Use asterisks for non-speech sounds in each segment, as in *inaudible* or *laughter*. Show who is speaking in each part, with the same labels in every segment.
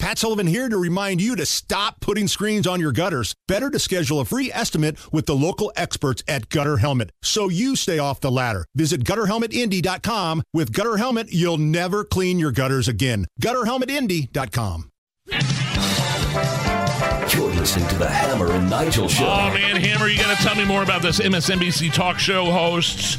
Speaker 1: Matt Sullivan here to remind you to stop putting screens on your gutters. Better to schedule a free estimate with the local experts at Gutter Helmet so you stay off the ladder. Visit gutterhelmetindy.com. With Gutter Helmet, you'll never clean your gutters again. Gutterhelmetindy.com.
Speaker 2: You're listening to the Hammer and Nigel Show.
Speaker 3: Oh man, Hammer, you gotta tell me more about this MSNBC talk show hosts.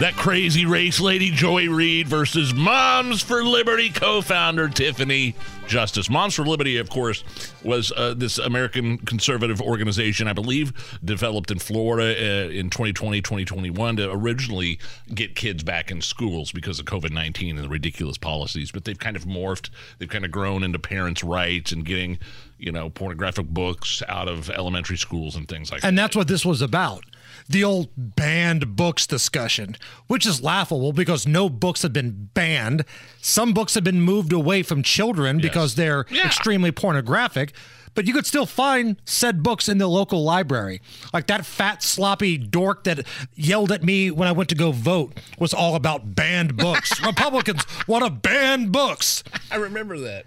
Speaker 3: That crazy race lady Joy Reid versus Moms for Liberty co-founder Tiffany Justice. Moms for Liberty, of course, was uh, this American conservative organization, I believe, developed in Florida uh, in 2020, 2021 to originally get kids back in schools because of COVID 19 and the ridiculous policies. But they've kind of morphed, they've kind of grown into parents' rights and getting, you know, pornographic books out of elementary schools and things like that.
Speaker 4: And that's what this was about. The old banned books discussion, which is laughable because no books have been banned. Some books have been moved away from children because they're
Speaker 3: Yeah.
Speaker 4: extremely pornographic, but you could still find said books in the local library. Like that fat, sloppy dork that yelled at me when I went to go vote was all about banned books. Republicans want to ban books.
Speaker 3: I remember that.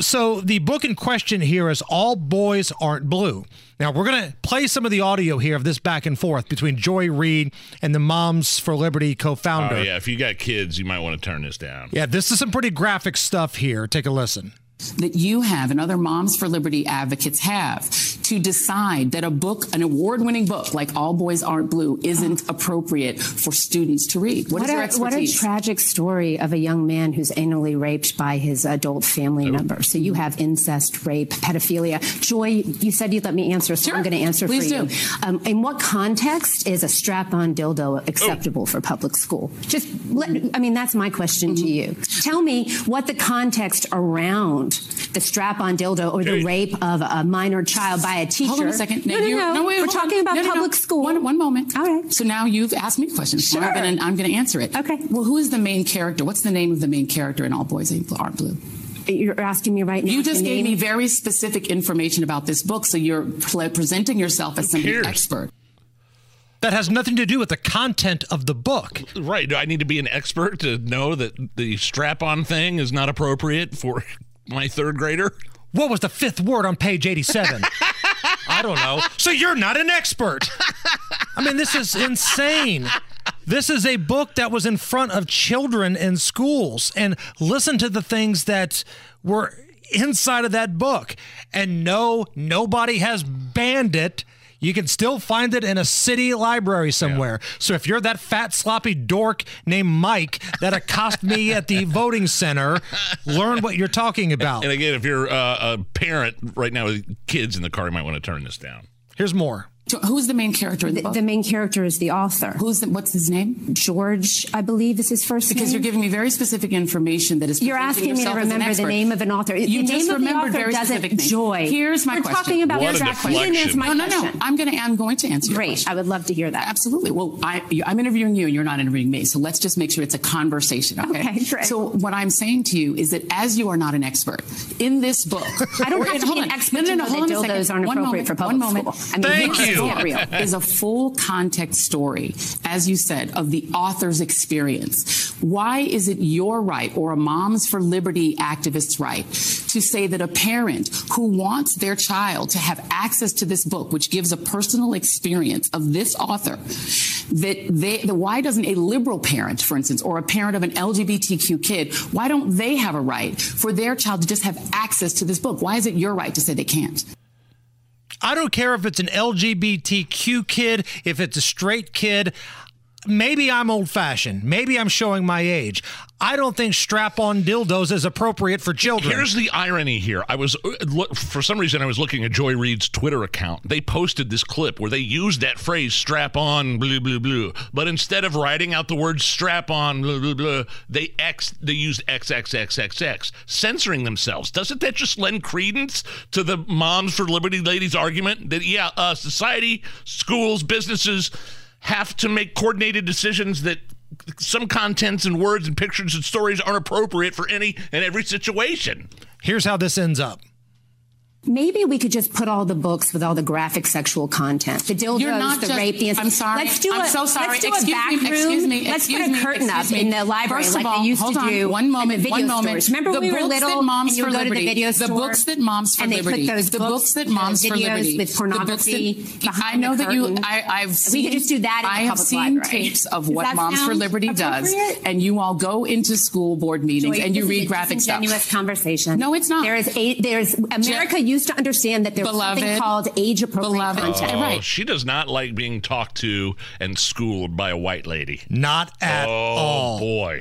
Speaker 4: So the book in question here is All Boys Aren't Blue. Now we're going to play some of the audio here of this back and forth between Joy Reid and the Moms for Liberty co-founder.
Speaker 3: Oh, yeah. If you got kids, you might want to turn this down.
Speaker 4: yeah, this is some pretty graphic stuff here. Take a listen.
Speaker 5: that you have and other Moms for Liberty advocates have to decide that a book, an award winning book like All Boys Aren't Blue, isn't appropriate for students to read? What, is your
Speaker 6: a, what a
Speaker 5: expertise?
Speaker 6: tragic story of a young man who's anally raped by his adult family member. So you have incest, rape, pedophilia. Joy, you said you'd let me answer, so I'm going to answer
Speaker 5: Please
Speaker 6: for you.
Speaker 5: do.
Speaker 6: Um, in what context is a strap-on
Speaker 5: Oh.
Speaker 6: dildo acceptable for public school? Just, let, I mean, that's my question to you.
Speaker 5: Mm-hmm.
Speaker 6: Tell me what the context around the strap-on dildo or the rape of a minor child by a teacher.
Speaker 5: Hold on a second.
Speaker 6: No,
Speaker 5: Now
Speaker 6: no,
Speaker 5: you-
Speaker 6: no.
Speaker 5: no, wait,
Speaker 6: We're
Speaker 5: hold on.
Speaker 6: talking about
Speaker 5: No, no, no.
Speaker 6: public school.
Speaker 5: One, one moment.
Speaker 6: All right.
Speaker 5: So now you've asked me questions. Now
Speaker 6: Sure.
Speaker 5: I'm gonna- I'm going to answer it.
Speaker 6: Okay.
Speaker 5: Well, who is the main character? What's the name of the main character in All Boys Aren't Blue?
Speaker 6: You're asking me right now.
Speaker 5: You
Speaker 6: to
Speaker 5: just gave
Speaker 6: name-
Speaker 5: me very specific information about this book, so you're pl- presenting yourself as some
Speaker 3: cares?
Speaker 5: expert.
Speaker 4: That has nothing to do with the content of the book.
Speaker 3: Right. Do I need to be an expert to know that the strap on thing is not appropriate for my third grader?
Speaker 4: What was the fifth word on page 87? *laughs* I don't know. So you're not an expert. I mean, this is insane. This is a book that was in front of children in schools and listen to the things that were inside of that book. And no, nobody has banned it. You can still find it in a city library somewhere. So if you're that fat, sloppy dork named Mike that accosted me at the voting center, learn what you're talking about.
Speaker 3: And again, if you're uh, a parent right now with kids in the car, you might want to turn this down.
Speaker 4: Here's more.
Speaker 5: So Who's the main character in the, book?
Speaker 6: The main character is the author.
Speaker 5: Who's the, what's his name?
Speaker 6: George, I believe is his first
Speaker 5: Because you're
Speaker 6: name.
Speaker 5: giving me very specific information that is.
Speaker 6: You're
Speaker 5: presenting
Speaker 6: asking me to
Speaker 5: yourself as an
Speaker 6: remember the
Speaker 5: expert.
Speaker 6: name of an author. The
Speaker 5: You
Speaker 6: name
Speaker 5: just
Speaker 6: of the
Speaker 5: remembered
Speaker 6: author
Speaker 5: very
Speaker 6: doesn't
Speaker 5: specific names.
Speaker 6: joy.
Speaker 5: Here's my
Speaker 6: We're
Speaker 5: question.
Speaker 6: talking about
Speaker 3: What a
Speaker 6: exactly.
Speaker 3: deflection.
Speaker 6: Ian is my
Speaker 3: No,
Speaker 5: no, no.
Speaker 6: question.
Speaker 5: I'm going to. I'm going to answer. your
Speaker 6: Great.
Speaker 5: question.
Speaker 6: I would love to hear that.
Speaker 5: Absolutely. Well, I, you- I'm interviewing you and you're not interviewing me. So let's just make sure it's a conversation. Okay.
Speaker 6: Okay, great.
Speaker 5: So what I'm saying to you is that as you are not an expert in this book,
Speaker 6: *laughs* I don't
Speaker 5: or
Speaker 6: have
Speaker 5: in-
Speaker 6: to be
Speaker 5: hold
Speaker 6: an
Speaker 5: on.
Speaker 6: expert
Speaker 5: No, no,
Speaker 6: to
Speaker 5: no,
Speaker 6: know that
Speaker 5: hold on a
Speaker 6: dildos
Speaker 5: second.
Speaker 6: aren't
Speaker 5: One
Speaker 6: appropriate for
Speaker 5: moment,
Speaker 6: public
Speaker 5: one
Speaker 6: school. I
Speaker 5: moment.
Speaker 6: mean,
Speaker 3: Thank you.
Speaker 6: let's get real.
Speaker 5: is a full context story, as you said, of the author's experience. Why is it your right or a Moms for Liberty activist's right to say that a parent who wants their child to have access to this book, which gives a personal experience of this author, that they, the, why doesn't a liberal parent, for instance, or a parent of an LGBTQ kid, why don't they have a right for their child to just have access to this book? Why is it your right to say they can't?
Speaker 4: I don't care if it's an LGBTQ kid, if it's a straight kid. Maybe I'm old fashioned. Maybe I'm showing my age. I don't think strap on dildos is appropriate for children.
Speaker 3: Here's the irony here. I was uh, look, for some reason I was looking at Joy Reid's Twitter account. They posted this clip where they used that phrase "strap on," blue, blue, blue. But instead of writing out the word "strap on," blue, blue, blue, they x they used xxxxx, censoring themselves. Doesn't that just lend credence to the Moms for Liberty ladies' argument that yeah, uh, society, schools, businesses have to make coordinated decisions that some contents and words and pictures and stories aren't appropriate for any and every situation.
Speaker 4: Here's how this ends up.
Speaker 6: Maybe we could just put all the books with all the graphic sexual content. The dildos,
Speaker 5: You're not
Speaker 6: the
Speaker 5: just-
Speaker 6: rape, the ins-
Speaker 5: I'm sorry.
Speaker 6: Let's do
Speaker 5: I'm
Speaker 6: a,
Speaker 5: so sorry.
Speaker 6: Let's do
Speaker 5: Excuse
Speaker 6: a back
Speaker 5: me,
Speaker 6: room.
Speaker 5: excuse me,
Speaker 6: let's
Speaker 5: excuse
Speaker 6: put
Speaker 5: me,
Speaker 6: a curtain up
Speaker 5: excuse me.
Speaker 6: in the library
Speaker 5: First
Speaker 6: like
Speaker 5: of all,
Speaker 6: they used
Speaker 5: hold
Speaker 6: to
Speaker 5: on.
Speaker 6: do.
Speaker 5: One moment,
Speaker 6: at the
Speaker 5: one
Speaker 6: video
Speaker 5: moment.
Speaker 6: Stores. Remember
Speaker 5: The
Speaker 6: we were
Speaker 5: books that
Speaker 6: little
Speaker 5: Moms
Speaker 6: and you
Speaker 5: for
Speaker 6: would go to
Speaker 5: Liberty-
Speaker 6: the video
Speaker 5: the
Speaker 6: store.
Speaker 5: books that Moms for
Speaker 6: and
Speaker 5: Liberty-
Speaker 6: they put those
Speaker 5: the
Speaker 6: books,
Speaker 5: books that Moms
Speaker 6: the
Speaker 5: for
Speaker 6: videos
Speaker 5: Liberty- the
Speaker 6: with
Speaker 5: books
Speaker 6: pornography.
Speaker 5: that-
Speaker 6: behind
Speaker 5: I know
Speaker 6: the
Speaker 5: that you-
Speaker 6: curtain.
Speaker 5: I- I've
Speaker 6: we could
Speaker 5: seen-
Speaker 6: just do that. At
Speaker 5: I
Speaker 6: the
Speaker 5: have
Speaker 6: public
Speaker 5: seen
Speaker 6: library.
Speaker 5: tapes of
Speaker 6: Does
Speaker 5: what
Speaker 6: that
Speaker 5: Moms for
Speaker 6: sound
Speaker 5: Liberty does,
Speaker 6: appropriate?
Speaker 5: and you all go into school board meetings
Speaker 6: Joy,
Speaker 5: and you
Speaker 6: this is
Speaker 5: read
Speaker 6: a
Speaker 5: graphic stuff.
Speaker 6: disingenuous conversation.
Speaker 5: No, it's not.
Speaker 6: There is a, there's America used to understand that there's something
Speaker 5: Beloved.
Speaker 6: called age appropriate
Speaker 5: Beloved.
Speaker 6: content.
Speaker 5: Oh,
Speaker 3: Oh, she does not like being talked to and schooled by a white lady.
Speaker 4: Not at
Speaker 3: Oh
Speaker 4: all.
Speaker 3: boy.